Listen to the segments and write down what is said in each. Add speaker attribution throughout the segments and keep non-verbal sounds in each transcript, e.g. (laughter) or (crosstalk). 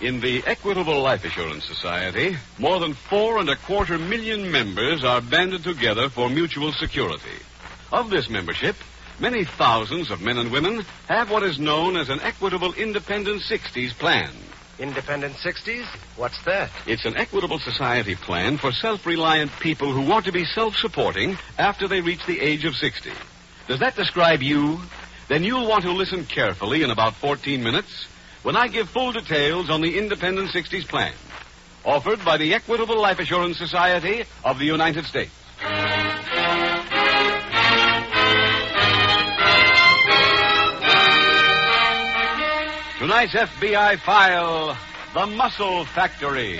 Speaker 1: In the Equitable Life Assurance Society, more than four and a quarter million members are banded together for mutual security. Of this membership, many thousands of men and women have what is known as an Equitable Independent 60s plan.
Speaker 2: Independent 60s? What's that?
Speaker 1: It's an Equitable Society plan for self-reliant people who want to be self-supporting after they reach the age of 60. Does that describe you? Then you'll want to listen carefully in about 14 minutes when I give full details on the Independent 60s plan, offered by the Equitable Life Assurance Society of the United States. Tonight's FBI file The Muscle Factory.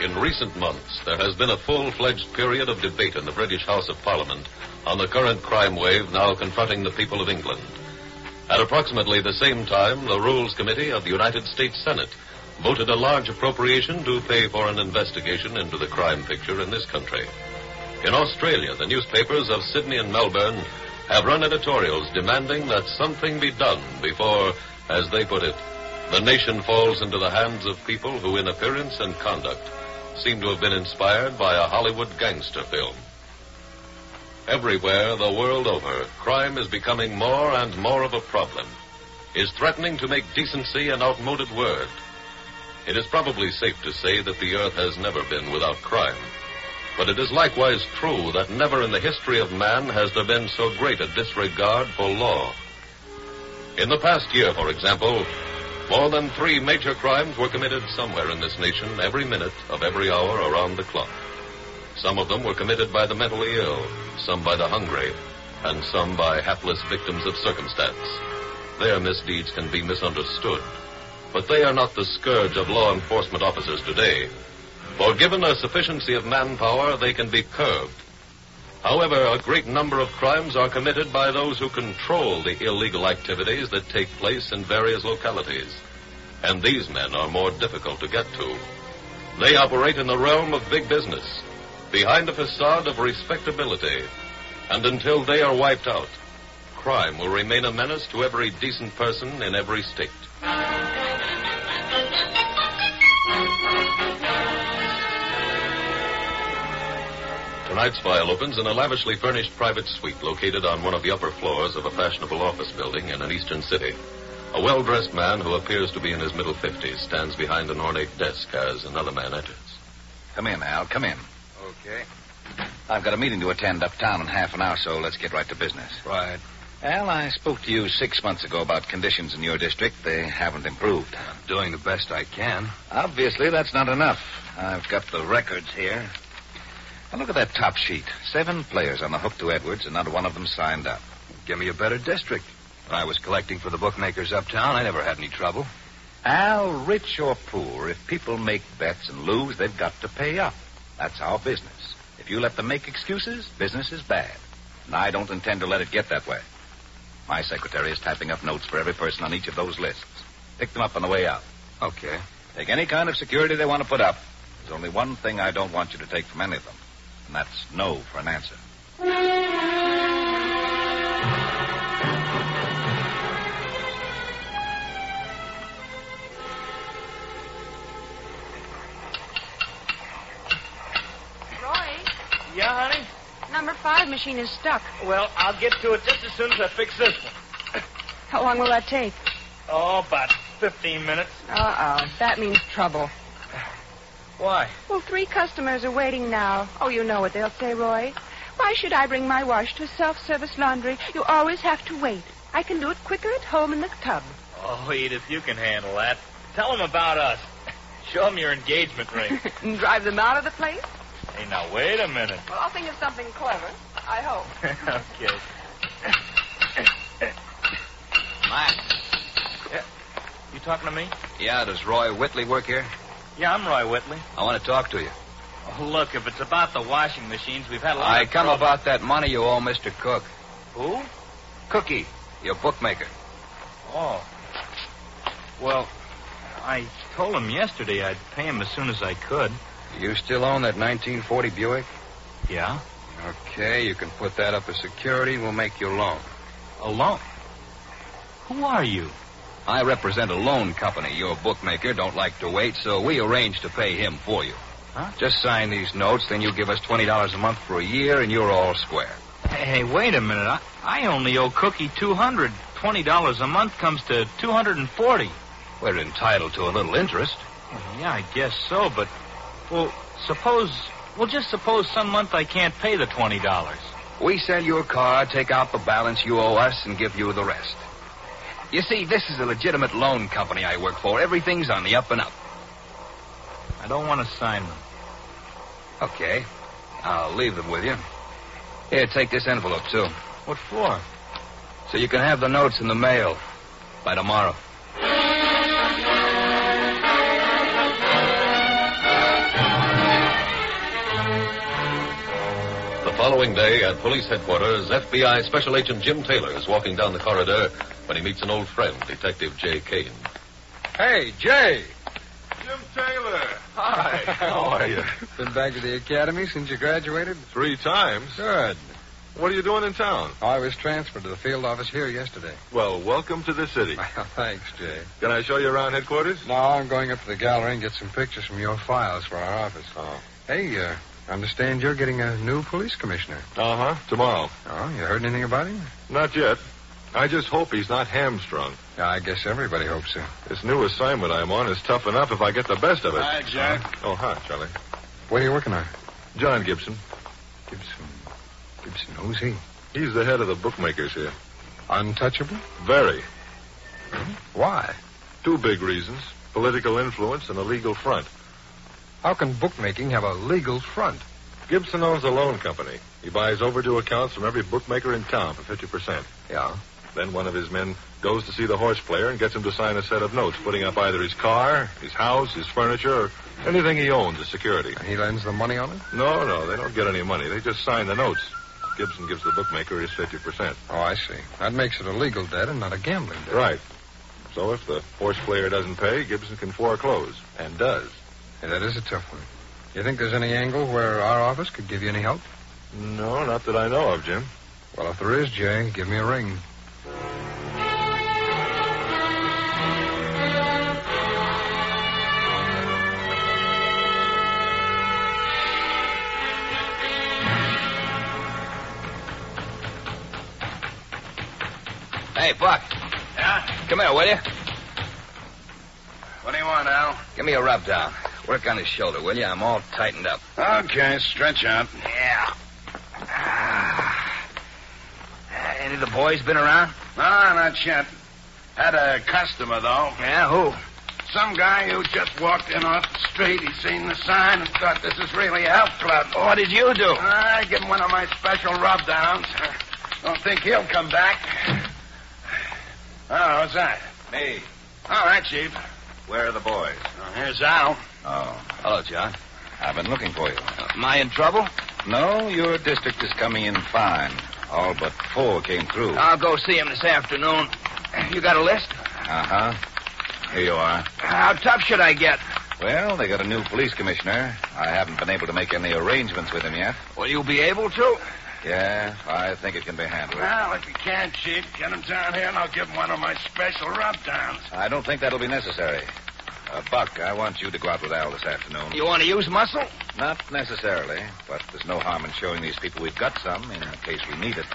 Speaker 3: In recent months, there has been a full fledged period of debate in the British House of Parliament on the current crime wave now confronting the people of England. At approximately the same time, the Rules Committee of the United States Senate voted a large appropriation to pay for an investigation into the crime picture in this country. In Australia, the newspapers of Sydney and Melbourne have run editorials demanding that something be done before, as they put it, the nation falls into the hands of people who, in appearance and conduct, seem to have been inspired by a Hollywood gangster film. Everywhere, the world over, crime is becoming more and more of a problem, is threatening to make decency an outmoded word. It is probably safe to say that the earth has never been without crime. But it is likewise true that never in the history of man has there been so great a disregard for law. In the past year, for example, more than three major crimes were committed somewhere in this nation every minute of every hour around the clock. Some of them were committed by the mentally ill, some by the hungry, and some by hapless victims of circumstance. Their misdeeds can be misunderstood, but they are not the scourge of law enforcement officers today. For given a sufficiency of manpower, they can be curbed. However, a great number of crimes are committed by those who control the illegal activities that take place in various localities. And these men are more difficult to get to. They operate in the realm of big business, behind a facade of respectability. And until they are wiped out, crime will remain a menace to every decent person in every state. Tonight's file opens in a lavishly furnished private suite located on one of the upper floors of a fashionable office building in an eastern city. A well dressed man who appears to be in his middle 50s stands behind an ornate desk as another man enters.
Speaker 4: Come in, Al. Come in.
Speaker 2: Okay.
Speaker 4: I've got a meeting to attend uptown in half an hour, so let's get right to business.
Speaker 2: Right.
Speaker 4: Al, I spoke to you six months ago about conditions in your district. They haven't improved.
Speaker 2: I'm doing the best I can.
Speaker 4: Obviously, that's not enough. I've got the records here. Now, look at that top sheet. Seven players on the hook to Edwards, and not one of them signed up.
Speaker 2: Give me a better district. When I was collecting for the bookmakers uptown, I never had any trouble.
Speaker 4: Al, rich or poor, if people make bets and lose, they've got to pay up. That's our business. If you let them make excuses, business is bad. And I don't intend to let it get that way. My secretary is typing up notes for every person on each of those lists. Pick them up on the way out.
Speaker 2: Okay.
Speaker 4: Take any kind of security they want to put up. There's only one thing I don't want you to take from any of them, and that's no for an answer.
Speaker 5: vending machine is stuck.
Speaker 6: Well, I'll get to it just as soon as I fix this one.
Speaker 5: How long will that take?
Speaker 6: Oh, about 15 minutes.
Speaker 5: Uh-oh. That means trouble.
Speaker 6: Why?
Speaker 5: Well, three customers are waiting now. Oh, you know what they'll say, Roy. Why should I bring my wash to self-service laundry? You always have to wait. I can do it quicker at home in the tub.
Speaker 6: Oh, Edith, you can handle that. Tell them about us. (laughs) Show them your engagement ring.
Speaker 5: And drive them out of the place?
Speaker 6: hey, now, wait a minute. (laughs)
Speaker 5: Well, I'll think of something clever. I hope.
Speaker 6: okay.
Speaker 1: Max.
Speaker 6: You talking to me?
Speaker 1: Yeah, does Roy Whitley work here?
Speaker 6: Yeah, I'm Roy Whitley.
Speaker 1: I want to talk to you.
Speaker 6: Oh, look, if it's about the washing machines, we've had a lot
Speaker 1: I
Speaker 6: of
Speaker 1: come
Speaker 6: trouble.
Speaker 1: about that money you owe Mr. Cook.
Speaker 6: Who?
Speaker 1: Cookie, your bookmaker.
Speaker 6: Oh. Well, I told him yesterday I'd pay him as soon as I could.
Speaker 1: You still own that 1940 Buick?
Speaker 6: Yeah?
Speaker 1: Okay, you can put that up as security and we'll make you a loan.
Speaker 6: A loan. Who are you?
Speaker 1: I represent a loan company. Your bookmaker don't like to wait, so we arrange to pay him for you.
Speaker 6: Huh?
Speaker 1: Just sign these notes, then you give us $20 a month for a year, and you're all square.
Speaker 6: Hey, hey, wait a minute. I, I only owe Cookie two hundred twenty dollars a month comes to two hundred and forty.
Speaker 1: We're entitled to a little interest.
Speaker 6: Yeah, I guess so, but well, suppose well just suppose some month I can't pay the twenty dollars.
Speaker 1: We sell your car, take out the balance you owe us, and give you the rest. You see, this is a legitimate loan company I work for. Everything's on the up and up.
Speaker 6: I don't want to sign them.
Speaker 1: Okay. I'll leave them with you. Here, take this envelope, too.
Speaker 6: What for?
Speaker 1: So you can have the notes in the mail by tomorrow.
Speaker 7: The following day at police headquarters, FBI Special Agent Jim Taylor is walking down the corridor when he meets an old friend, Detective Jay Kane.
Speaker 8: Hey, Jay.
Speaker 3: Jim Taylor.
Speaker 8: Hi.
Speaker 3: How are you?
Speaker 8: Been back to the academy since you graduated?
Speaker 3: Three times.
Speaker 8: Good.
Speaker 3: What are you doing in town?
Speaker 8: I was transferred to the field office here yesterday.
Speaker 3: Well, welcome to the city.
Speaker 8: (laughs) Well, thanks, Jay.
Speaker 3: Can I show you around headquarters?
Speaker 8: Now I'm going up to the gallery and get some pictures from your files for our office.
Speaker 3: Oh.
Speaker 8: Hey, uh, understand you're getting a new police commissioner.
Speaker 3: Uh huh. Tomorrow.
Speaker 8: Oh, you heard anything about him?
Speaker 3: Not yet. I just hope he's not hamstrung.
Speaker 8: Yeah, I guess everybody hopes so.
Speaker 3: This new assignment I'm on is tough enough if I get the best of it. Hi, Jack. Oh, hi, Charlie.
Speaker 8: What are you working on?
Speaker 3: John Gibson.
Speaker 8: Gibson. Gibson, who's he?
Speaker 3: He's the head of the bookmakers here.
Speaker 8: Untouchable?
Speaker 3: Very.
Speaker 8: Why?
Speaker 3: Two big reasons political influence and a legal front.
Speaker 8: How can bookmaking have a legal front?
Speaker 3: Gibson owns a loan company. He buys overdue accounts from every bookmaker in town for 50%.
Speaker 8: Yeah.
Speaker 3: Then one of his men goes to see the horse player and gets him to sign a set of notes, putting up either his car, his house, his furniture, or anything he owns as security.
Speaker 8: And he lends the money on it?
Speaker 3: No, no, they don't get any money. They just sign the notes. Gibson gives the bookmaker his 50%.
Speaker 8: Oh, I see. That makes it a legal debt and not a gambling debt.
Speaker 3: Right. So if the horse player doesn't pay, Gibson can foreclose, and does.
Speaker 8: Yeah, that is a tough one. You think there's any angle where our office could give you any help?
Speaker 3: No, not that I know of, Jim.
Speaker 8: Well, if there is, Jay, give me a ring.
Speaker 1: Hey, Buck,
Speaker 4: Yeah?
Speaker 1: come here, will you?
Speaker 4: What do you want, Al?
Speaker 1: Give me a rub down. Work on his shoulder, will you? I'm all tightened up.
Speaker 4: Okay, stretch out.
Speaker 1: Yeah. any of the boys been around?
Speaker 4: No, not yet. Had a customer, though.
Speaker 1: Yeah, who?
Speaker 4: Some guy who just walked in off the street. He seen the sign and thought this is really a health club.
Speaker 1: What did you do?
Speaker 4: I give him one of my special rub downs. Don't think he'll come back. Oh, what's that?
Speaker 1: Me.
Speaker 4: All right, Chief.
Speaker 1: Where are the boys?
Speaker 4: Now, here's Al.
Speaker 1: Oh. Uh, Hello, John.
Speaker 4: I've been looking for you.
Speaker 1: Am I in trouble?
Speaker 4: No, your district is coming in fine. All but four came through.
Speaker 1: I'll go see him this afternoon. You got a list?
Speaker 4: Uh huh. Here you are.
Speaker 1: How tough should I get?
Speaker 4: Well, they got a new police commissioner. I haven't been able to make any arrangements with him yet.
Speaker 1: Will you be able to?
Speaker 4: Yeah, I think it can be handled.
Speaker 9: Well, if you can, Chief, get him down here and I'll give him one of my special rub downs.
Speaker 4: I don't think that'll be necessary.
Speaker 10: Uh, Buck, I want you to go out with Al this afternoon.
Speaker 4: You want to use muscle?
Speaker 10: Not necessarily, but there's no harm in showing these people we've got some in case we need it.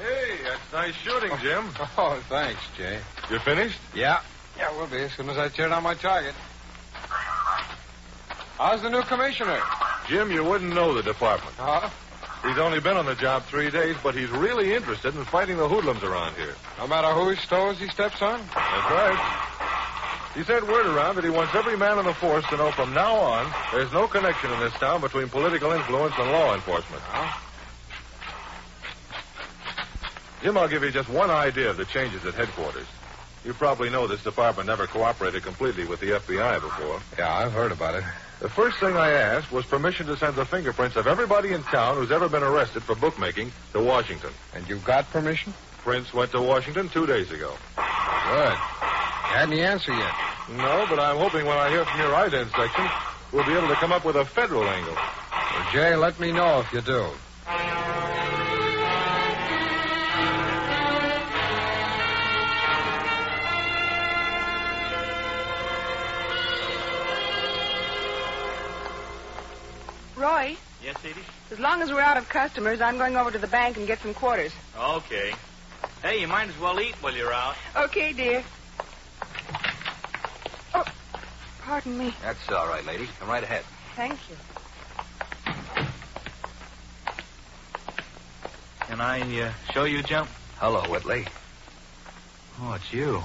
Speaker 11: Hey, that's nice shooting, Jim.
Speaker 3: Oh, thanks, Jay.
Speaker 11: You finished?
Speaker 3: Yeah.
Speaker 11: Yeah, we'll be as soon as I turn on my target. How's the new commissioner?
Speaker 3: Jim, you wouldn't know the department.
Speaker 11: Huh?
Speaker 3: He's only been on the job three days, but he's really interested in fighting the hoodlums around here.
Speaker 11: No matter whose toes he steps on?
Speaker 3: That's right. He sent word around that he wants every man in the force to know from now on there's no connection in this town between political influence and law enforcement. Jim, I'll give you just one idea of the changes at headquarters. You probably know this department never cooperated completely with the FBI before.
Speaker 11: Yeah, I've heard about it.
Speaker 3: The first thing I asked was permission to send the fingerprints of everybody in town who's ever been arrested for bookmaking to Washington.
Speaker 11: And you got permission?
Speaker 3: Prince went to Washington two days ago.
Speaker 11: Good. Hadn't the answer yet.
Speaker 3: No, but I'm hoping when I hear from your ident section, we'll be able to come up with a federal angle.
Speaker 11: Well, Jay, let me know if you do.
Speaker 5: Roy,
Speaker 6: Yes, Edie?
Speaker 5: as long as we're out of customers, I'm going over to the bank and get some quarters.
Speaker 6: Okay. Hey, you might as well eat while you're out.
Speaker 5: Okay, dear. Oh, pardon me.
Speaker 4: That's all right, lady. Come right ahead.
Speaker 5: Thank you.
Speaker 6: Can I uh, show you, Jim?
Speaker 4: Hello, Whitley.
Speaker 6: Oh, it's you.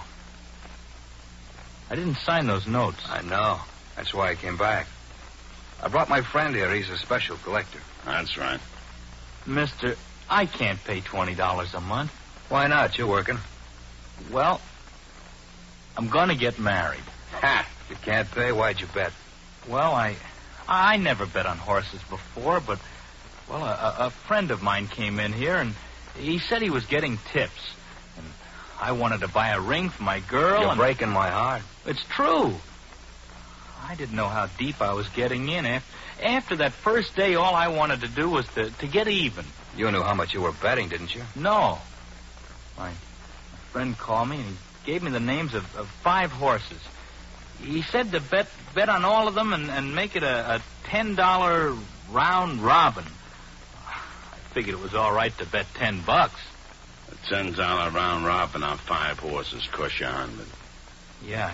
Speaker 6: I didn't sign those notes.
Speaker 4: I know. That's why I came back. I brought my friend here. He's a special collector.
Speaker 10: That's right.
Speaker 6: Mister, I can't pay $20 a month.
Speaker 4: Why not? You're working.
Speaker 6: Well, I'm going to get married.
Speaker 4: Ha! You can't pay? Why'd you bet?
Speaker 6: Well, I I never bet on horses before, but well, a- a, a friend of mine came in here and he said he was getting tips, and I wanted to buy a ring for my girl.
Speaker 4: You're
Speaker 6: and
Speaker 4: breaking my heart.
Speaker 6: it's true. I didn't know how deep I was getting in. After, after that first day, all I wanted to do was to, to get even.
Speaker 4: You knew how much you were betting, didn't you?
Speaker 6: No. My, my friend called me and he gave me the names of, of five horses. He said to bet bet on all of them and, and make it a, a ten dollar round robin. I figured it was all right to bet ten bucks.
Speaker 10: A ten dollar round robin on five horses, Cushion.
Speaker 6: Yeah.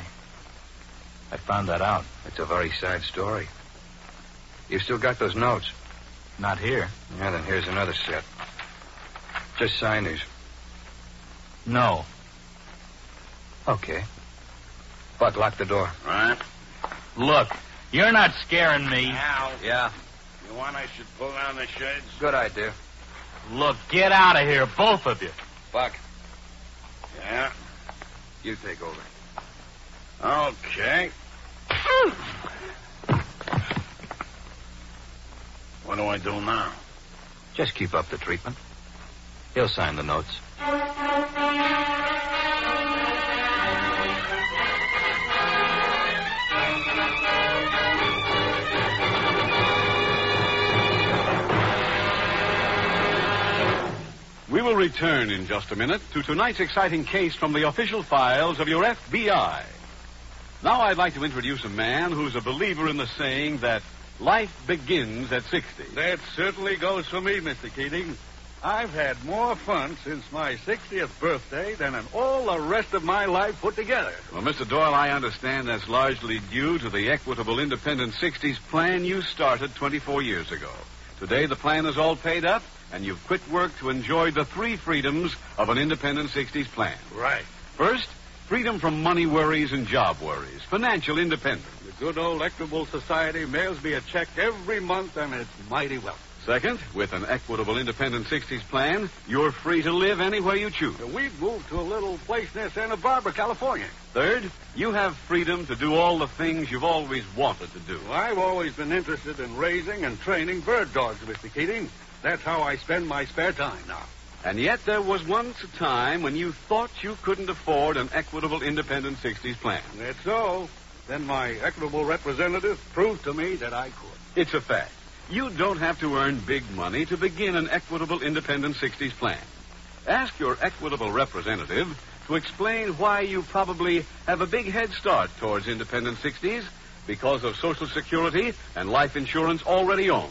Speaker 6: I, I found that out.
Speaker 4: It's a very sad story. You've still got those notes.
Speaker 6: Not here.
Speaker 4: Yeah, then here's another set. Just sign these.
Speaker 6: No.
Speaker 4: Okay. Buck, lock the door.
Speaker 10: Right?
Speaker 6: Look, you're not scaring me.
Speaker 10: Al,
Speaker 4: Yeah.
Speaker 10: you want I should pull down the shades?
Speaker 4: Good idea.
Speaker 6: Look, get out of here, both of you.
Speaker 4: Buck,
Speaker 10: Yeah.
Speaker 4: you take over.
Speaker 10: Okay. What do I do now?
Speaker 4: Just keep up the treatment. He'll sign the notes.
Speaker 3: We will return in just a minute to tonight's exciting case from the official files of your FBI. Now I'd like to introduce a man who's a believer in the saying that life begins at 60.
Speaker 1: That certainly goes for me, Mr. Keating. I've had more fun since my 60th birthday than in all the rest of my life put together.
Speaker 3: Well, Mr. Doyle, I understand that's largely due to the Equitable Independent 60s plan you started 24 years ago. Today, the plan is all paid up, and you've quit work to enjoy the three freedoms of an Independent 60s plan.
Speaker 1: Right.
Speaker 3: First, freedom from money worries and job worries, financial independence.
Speaker 1: The good old Equitable Society mails me a check every month, and it's mighty welcome.
Speaker 3: Second, with an Equitable Independent 60s plan, you're free to live anywhere you choose.
Speaker 1: We've moved to a little place near Santa Barbara, California.
Speaker 3: Third, you have freedom to do all the things you've always wanted to do.
Speaker 1: I've always been interested in raising and training bird dogs, Mr. Keating. That's how I spend my spare time now. And yet there was once a time when you thought you couldn't afford an equitable independent 60s plan.
Speaker 12: That's so. Then my equitable representative proved to me that I could.
Speaker 1: It's a fact. You don't have to earn big money to begin an equitable independent 60s plan. Ask your equitable representative to explain why you probably have a big head start towards independent 60s because of Social Security and life insurance already owned.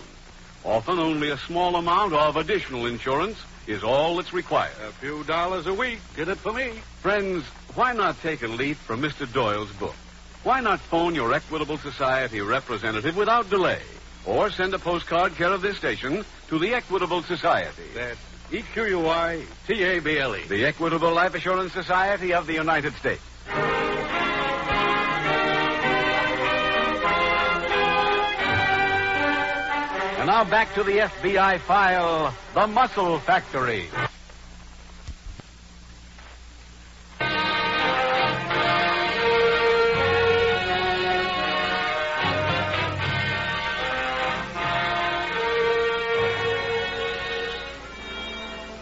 Speaker 1: Often only a small amount of additional insurance is all that's required.
Speaker 12: A few dollars a week did it for me.
Speaker 1: Friends, why not take a leaf from Mr. Doyle's book? Why not phone your Equitable Society representative without delay? Or send a postcard care of this station to the Equitable Society.
Speaker 12: That's EQUI TABLE.
Speaker 1: The Equitable Life Assurance Society of the United States. And now back to the FBI file The Muscle Factory.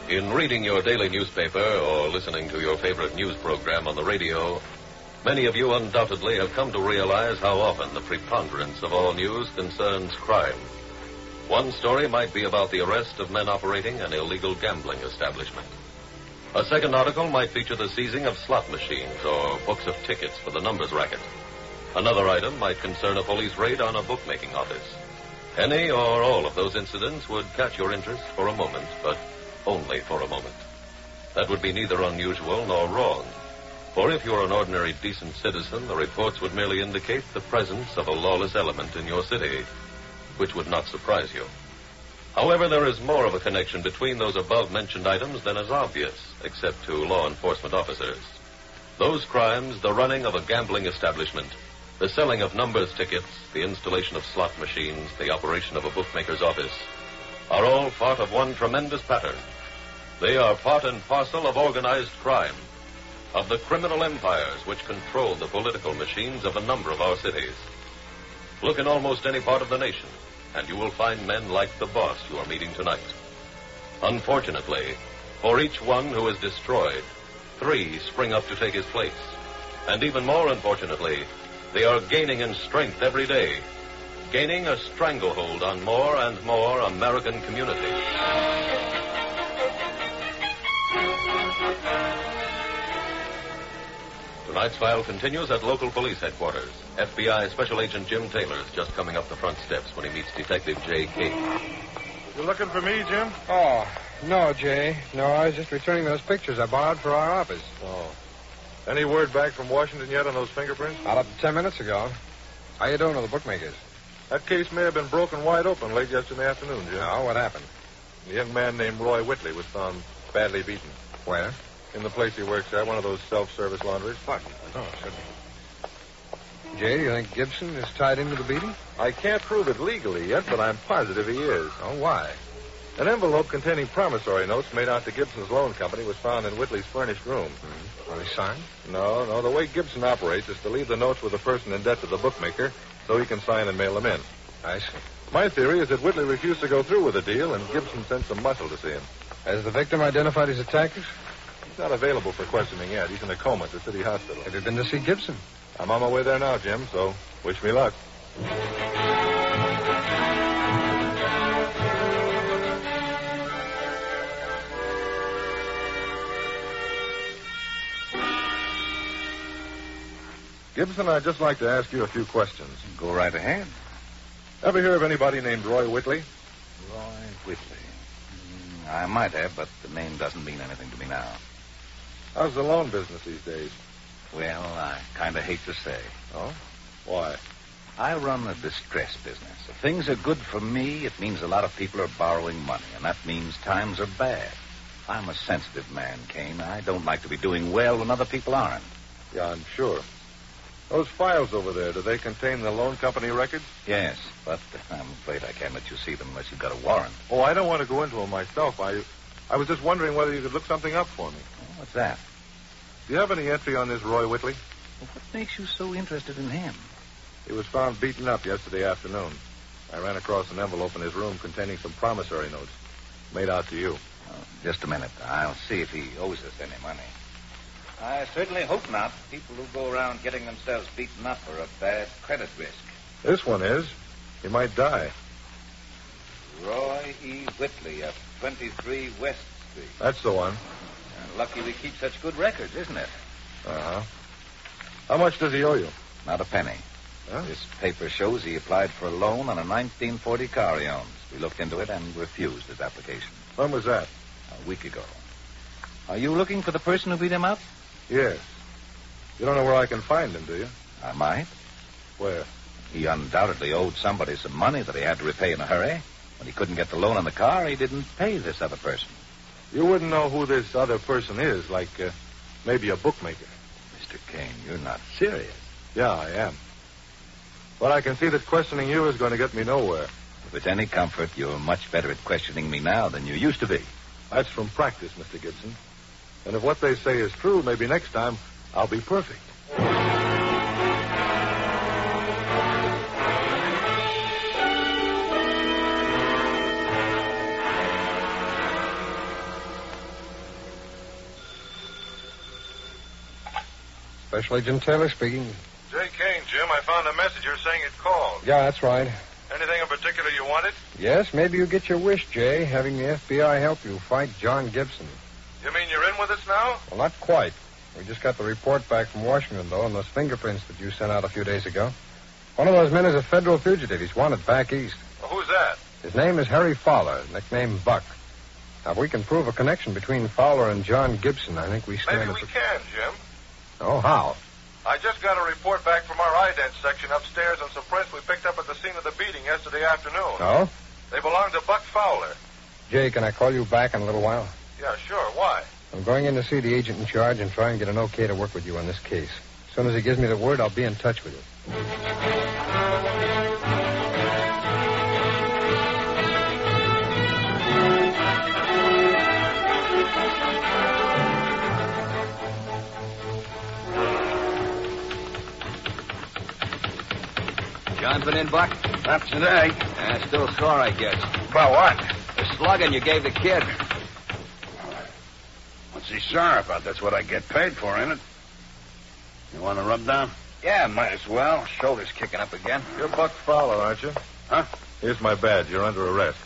Speaker 3: In reading your daily newspaper or listening to your favorite news program on the radio, many of you undoubtedly have come to realize how often the preponderance of all news concerns crime. One story might be about the arrest of men operating an illegal gambling establishment. A second article might feature the seizing of slot machines or books of tickets for the numbers racket. Another item might concern a police raid on a bookmaking office. Any or all of those incidents would catch your interest for a moment, but only for a moment. That would be neither unusual nor wrong. For if you're an ordinary decent citizen, the reports would merely indicate the presence of a lawless element in your city, which would not surprise you. However, there is more of a connection between those above mentioned items than is obvious, except to law enforcement officers. Those crimes, the running of a gambling establishment, the selling of numbers tickets, the installation of slot machines, the operation of a bookmaker's office, are all part of one tremendous pattern. They are part and parcel of organized crime, of the criminal empires which control the political machines of a number of our cities. Look in almost any part of the nation, and you will find men like the boss you are meeting tonight. Unfortunately, for each one who is destroyed, three spring up to take his place. And even more unfortunately, they are gaining in strength every day, gaining a stranglehold on more and more American communities. Tonight's file continues at local police headquarters. FBI Special Agent Jim Taylor is just coming up the front steps when he meets Detective J. King.
Speaker 12: You looking for me, Jim?
Speaker 8: Oh, no, Jay. No, I was just returning those pictures I borrowed for our office.
Speaker 13: Oh. Any word back from Washington yet on those fingerprints?
Speaker 8: About ten minutes ago. How you doing with the bookmakers?
Speaker 13: That case may have been broken wide open late yesterday afternoon, Jim.
Speaker 8: No, what happened?
Speaker 13: A young man named Roy Whitley was found badly beaten
Speaker 8: Where?
Speaker 13: in the place he works at, one of those self-service laundries.
Speaker 8: Pardon. Oh, certainly. Jay, you think Gibson is tied into the beating?
Speaker 13: I can't prove it legally yet, but I'm positive he is.
Speaker 8: Oh, why?
Speaker 13: An envelope containing promissory notes made out to Gibson's loan company was found in Whitley's furnished room.
Speaker 8: Hmm. Are they signed?
Speaker 13: No, no, the way Gibson operates is to leave the notes with the person in debt to the bookmaker so he can sign and mail them in.
Speaker 8: I see.
Speaker 13: My theory is that Whitley refused to go through with the deal, and Gibson sent some muscle to see him.
Speaker 8: Has the victim identified his attackers?
Speaker 13: He's not available for questioning yet. He's in a coma at the city hospital.
Speaker 8: Have you been to see Gibson?
Speaker 13: I'm on my way there now, Jim, so wish me luck. Gibson, I'd just like to ask you a few questions.
Speaker 4: Go right ahead.
Speaker 13: Ever hear of anybody named Roy Whitley?
Speaker 4: Roy Whitley. Mm, I might have, but the name doesn't mean anything to me now.
Speaker 13: How's the loan business these days?
Speaker 4: Well, I kind of hate to say.
Speaker 13: Oh? Why?
Speaker 4: I run a distress business. If things are good for me, it means a lot of people are borrowing money, and that means times are bad. I'm a sensitive man, Kane. I don't like to be doing well when other people aren't.
Speaker 13: Yeah, I'm sure. Those files over there, do they contain the loan company records?
Speaker 4: Yes, but (laughs) I'm afraid I can't let you see them unless you've got a warrant.
Speaker 13: Oh, I don't want to go into them myself. I, I was just wondering whether you could look something up for me.
Speaker 4: What's that?
Speaker 13: Do you have any entry on this Roy Whitley?
Speaker 4: What makes you so interested in him?
Speaker 13: He was found beaten up yesterday afternoon. I ran across an envelope in his room containing some promissory notes made out to you.
Speaker 4: Just a minute. I'll see if he owes us any money. I certainly hope not. People who go around getting themselves beaten up are a bad credit risk.
Speaker 13: This one is. He might die.
Speaker 4: Roy E. Whitley of 23 West Street.
Speaker 13: That's the one.
Speaker 4: And lucky we keep such good records, isn't it?
Speaker 13: Uh huh. How much does he owe you?
Speaker 4: Not a penny.
Speaker 13: Huh?
Speaker 4: This paper shows he applied for a loan on a 1940 car he owns. We looked into it and refused his application
Speaker 13: When was that?
Speaker 4: a week ago. Are you looking for the person who beat him up?
Speaker 13: Yes. You don't know where I can find him, do you?
Speaker 4: I might.
Speaker 13: Where?
Speaker 4: He undoubtedly owed somebody some money that he had to repay in a hurry. When he couldn't get the loan on the car, he didn't pay this other person.
Speaker 13: You wouldn't know who this other person is, like uh, maybe a bookmaker.
Speaker 4: Mr. Kane, you're not serious.
Speaker 13: Yeah, I am. But I can see that questioning you is going to get me nowhere.
Speaker 4: If it's any comfort, you're much better at questioning me now than you used to be.
Speaker 13: That's from practice, Mr. Gibson. And if what they say is true, maybe next time I'll be perfect.
Speaker 8: Special Agent Taylor speaking.
Speaker 13: Jay Kane, Jim, I found a message here saying it called.
Speaker 8: Yeah, that's right.
Speaker 13: Anything in particular you wanted?
Speaker 8: Yes, maybe you get your wish, Jay, having the FBI help you fight John Gibson.
Speaker 13: You mean you're in with us now?
Speaker 8: Well, not quite. We just got the report back from Washington, though, on those fingerprints that you sent out a few days ago. One of those men is a federal fugitive. He's wanted back east.
Speaker 13: Well, who's that?
Speaker 8: His name is Harry Fowler, nicknamed Buck. Now, if we can prove a connection between Fowler and John Gibson, I think we stand.
Speaker 13: Maybe
Speaker 8: a-
Speaker 13: we can, Jim.
Speaker 8: Oh, how?
Speaker 13: I just got a report back from our ident section upstairs on some prints we picked up at the scene of the beating yesterday afternoon.
Speaker 8: Oh?
Speaker 13: They belong to Buck Fowler.
Speaker 8: Jay, can I call you back in a little while?
Speaker 13: Yeah, sure. Why?
Speaker 8: I'm going in to see the agent in charge and try and get an okay to work with you on this case. As soon as he gives me the word, I'll be in touch with you.
Speaker 2: John's been in, Buck?
Speaker 4: Not today.
Speaker 2: Yeah, still sore, I guess.
Speaker 4: About what?
Speaker 2: The slugging you gave the kid.
Speaker 4: What's he sorry about? That's what I get paid for, ain't it? You want to rub down?
Speaker 2: Yeah, might as well. Shoulder's kicking up again.
Speaker 13: You're Buck Fowler, aren't you?
Speaker 4: Huh?
Speaker 13: Here's my badge. You're under arrest.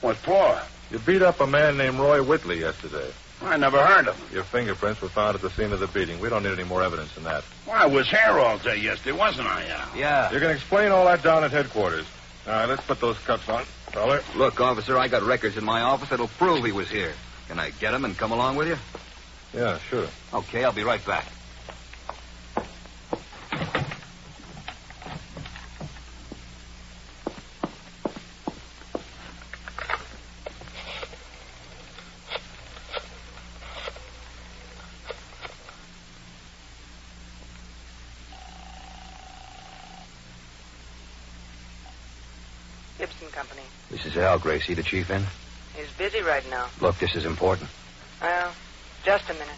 Speaker 4: What for?
Speaker 13: You beat up a man named Roy Whitley yesterday.
Speaker 4: I never heard of him.
Speaker 13: Your fingerprints were found at the scene of the beating. We don't need any more evidence than that.
Speaker 4: Why, I was here all day yesterday, wasn't I, Al?
Speaker 2: Yeah.
Speaker 13: You can explain all that down at headquarters. All right, let's put those cuffs on, Fowler.
Speaker 2: Look, officer, I got records in my office that'll prove he was here. Can I get him and come along with you?
Speaker 13: Yeah, sure.
Speaker 2: Okay, I'll be right back.
Speaker 14: Gibson Company.
Speaker 2: This is Al Gracie, the chief in.
Speaker 14: He's busy right now.
Speaker 2: Look, this is important.
Speaker 14: Well, just a minute.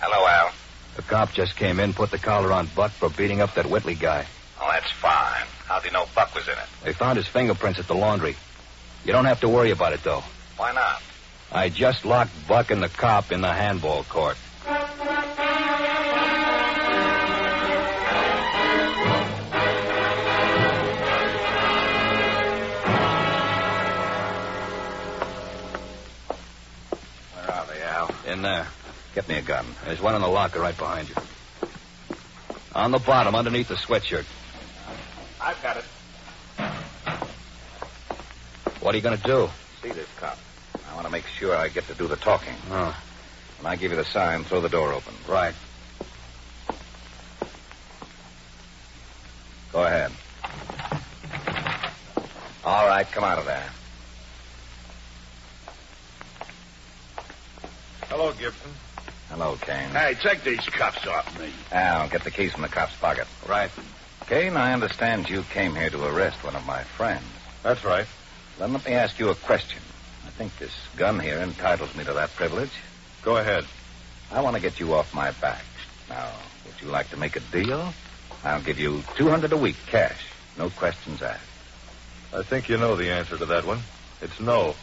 Speaker 4: Hello, Al.
Speaker 2: The cop just came in, put the collar on Buck for beating up that Whitley guy.
Speaker 4: Oh, that's fine. How'd you know Buck was in it?
Speaker 2: They found his fingerprints at the laundry. You don't have to worry about it, though.
Speaker 4: Why not?
Speaker 2: I just locked Buck and the cop in the handball court.
Speaker 4: Where are they, Al?
Speaker 2: In there. Get me a gun. There's one in the locker right behind you. On the bottom, underneath the sweatshirt.
Speaker 4: I've got it.
Speaker 2: What are you going to do?
Speaker 4: See this cop. I want to make sure I get to do the talking.
Speaker 2: Oh,
Speaker 4: When I give you the sign, throw the door open.
Speaker 2: right.
Speaker 4: Go ahead. All right, come out of there.
Speaker 13: Hello, Gibson.
Speaker 4: Hello, Kane.
Speaker 15: Hey, take these cuffs off me.
Speaker 4: Al, get the keys from the cop's pocket.
Speaker 2: Right.
Speaker 4: Kane, I understand you came here to arrest one of my friends.
Speaker 13: That's right.
Speaker 4: Then let me ask you a question. I think this gun here entitles me to that privilege.
Speaker 13: Go ahead.
Speaker 4: I want to get you off my back. Now, would you like to make a deal? I'll give you 200 a week cash. No questions asked.
Speaker 13: I think you know the answer to that one.
Speaker 16: It's no.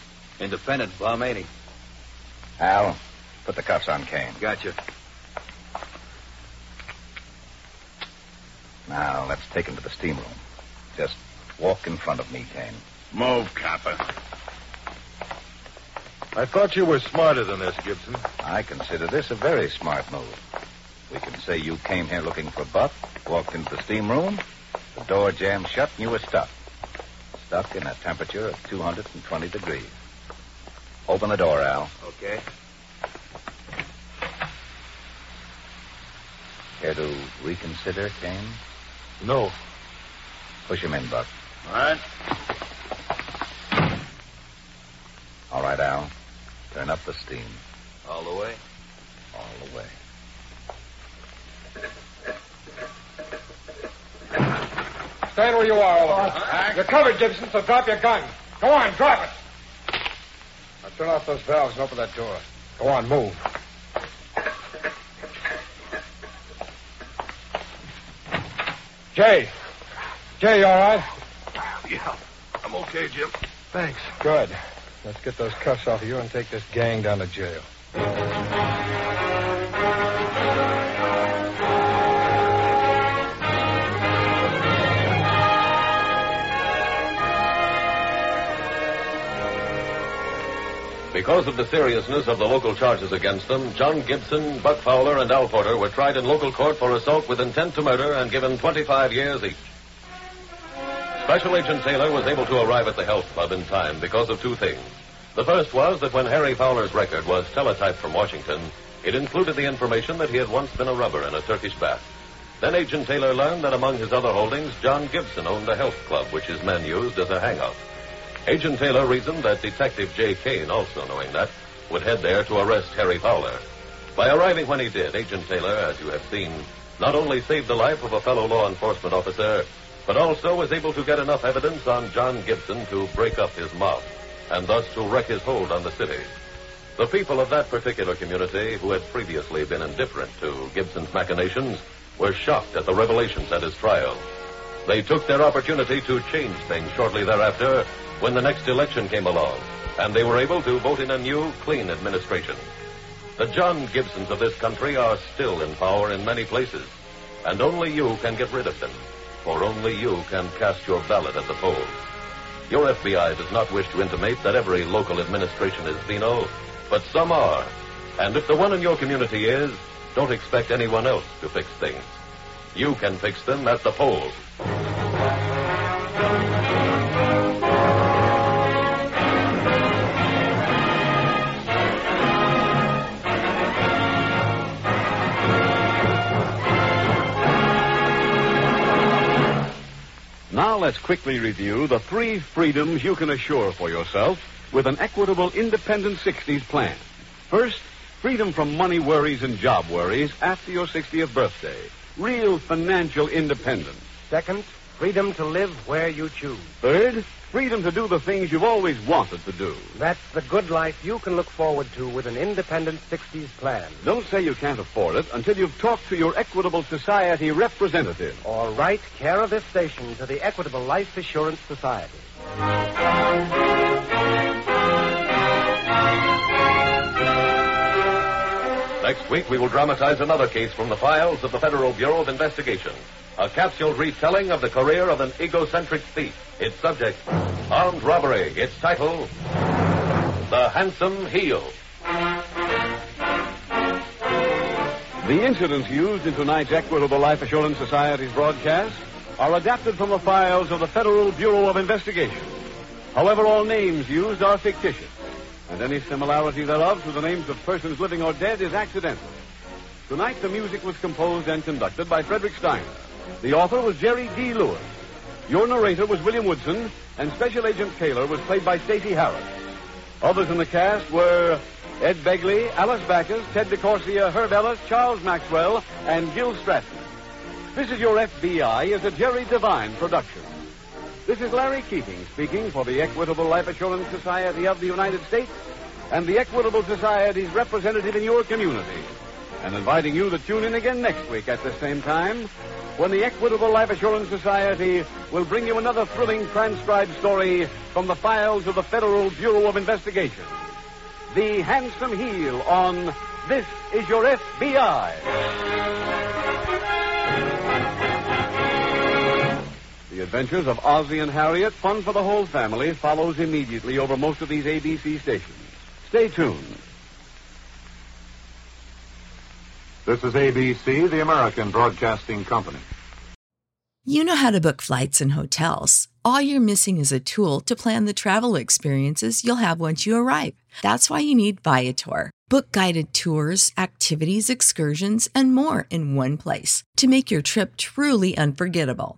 Speaker 16: Independent, Bomb 80.
Speaker 4: Al, put the cuffs on Kane.
Speaker 16: Gotcha.
Speaker 4: Now, let's take him to the steam room. Just walk in front of me, Kane.
Speaker 15: Move, copper.
Speaker 16: I thought you were smarter than this, Gibson.
Speaker 4: I consider this a very smart move. We can say you came here looking for Buck, walked into the steam room, the door jammed shut, and you were stuck. Stuck in a temperature of 220 degrees. Open the door, Al.
Speaker 16: Okay.
Speaker 4: Care to reconsider, Kane?
Speaker 16: No.
Speaker 4: Push him in, Buck.
Speaker 15: All right.
Speaker 4: All right, Al. Turn up the steam.
Speaker 16: All the way?
Speaker 4: All the way.
Speaker 8: Stand where you are, Oliver. You're covered, Gibson, so drop your gun. Go on, drop it. Now turn off those valves and open that door. Go on, move. Jay. Jay, you all right?
Speaker 15: Yeah. I'm okay, Jim.
Speaker 8: Thanks. Good. Let's get those cuffs off of you and take this gang down to jail.
Speaker 3: Because of the seriousness of the local charges against them, John Gibson, Buck Fowler, and Al Porter were tried in local court for assault with intent to murder and given 25 years each. Special Agent Taylor was able to arrive at the health club in time because of two things. The first was that when Harry Fowler's record was teletyped from Washington, it included the information that he had once been a rubber in a Turkish bath. Then Agent Taylor learned that among his other holdings, John Gibson owned a health club which his men used as a hangout. Agent Taylor reasoned that Detective J. Kane, also knowing that, would head there to arrest Harry Fowler. By arriving when he did, Agent Taylor, as you have seen, not only saved the life of a fellow law enforcement officer, but also was able to get enough evidence on John Gibson to break up his mob, and thus to wreck his hold on the city. The people of that particular community, who had previously been indifferent to Gibson's machinations, were shocked at the revelations at his trial. They took their opportunity to change things shortly thereafter when the next election came along, and they were able to vote in a new, clean administration. The John Gibsons of this country are still in power in many places, and only you can get rid of them, for only you can cast your ballot at the polls. Your FBI does not wish to intimate that every local administration is venal, but some are. And if the one in your community is, don't expect anyone else to fix things. You can fix them at the polls.
Speaker 1: Now let's quickly review the three freedoms you can assure for yourself with an equitable independent 60s plan. First, freedom from money worries and job worries after your 60th birthday. Real financial independence.
Speaker 17: Second, freedom to live where you choose.
Speaker 1: Third, freedom to do the things you've always wanted to do.
Speaker 17: That's the good life you can look forward to with an independent 60s plan.
Speaker 1: Don't say you can't afford it until you've talked to your Equitable Society representative.
Speaker 17: Or write care of this station to the Equitable Life Assurance Society.
Speaker 3: Next week, we will dramatize another case from the files of the Federal Bureau of Investigation. A capsule retelling of the career of an egocentric thief. Its subject, armed robbery. Its title, The Handsome Heel.
Speaker 1: The incidents used in tonight's Equitable Life Assurance Society's broadcast are adapted from the files of the Federal Bureau of Investigation. However, all names used are fictitious, and any similarity thereof to the names of persons living or dead is accidental. Tonight, the music was composed and conducted by Frederick Steiner. The author was Jerry D. Lewis. Your narrator was William Woodson, and Special Agent Taylor was played by Stacey Harris. Others in the cast were Ed Begley, Alice Backus, Ted DeCorsia, Herb Ellis, Charles Maxwell, and Gil Stratton. This is Your FBI is a Jerry Devine production. This is Larry Keating speaking for the Equitable Life Assurance Society of the United States and the Equitable Society's representative in your community. and inviting you to tune in again next week at the same time when the Equitable Life Assurance Society will bring you another thrilling transcribed story from the files of the Federal Bureau of Investigation. The Handsome Heel on This Is Your FBI. The adventures of Ozzie and Harriet, fun for the whole family, follows immediately over most of these ABC stations. Stay tuned.
Speaker 18: This is ABC, the American Broadcasting Company.
Speaker 5: You know how to book flights and hotels. All you're missing is a tool to plan the travel experiences you'll have once you arrive. That's why you need Viator. Book guided tours, activities, excursions, and more in one place to make your trip truly unforgettable.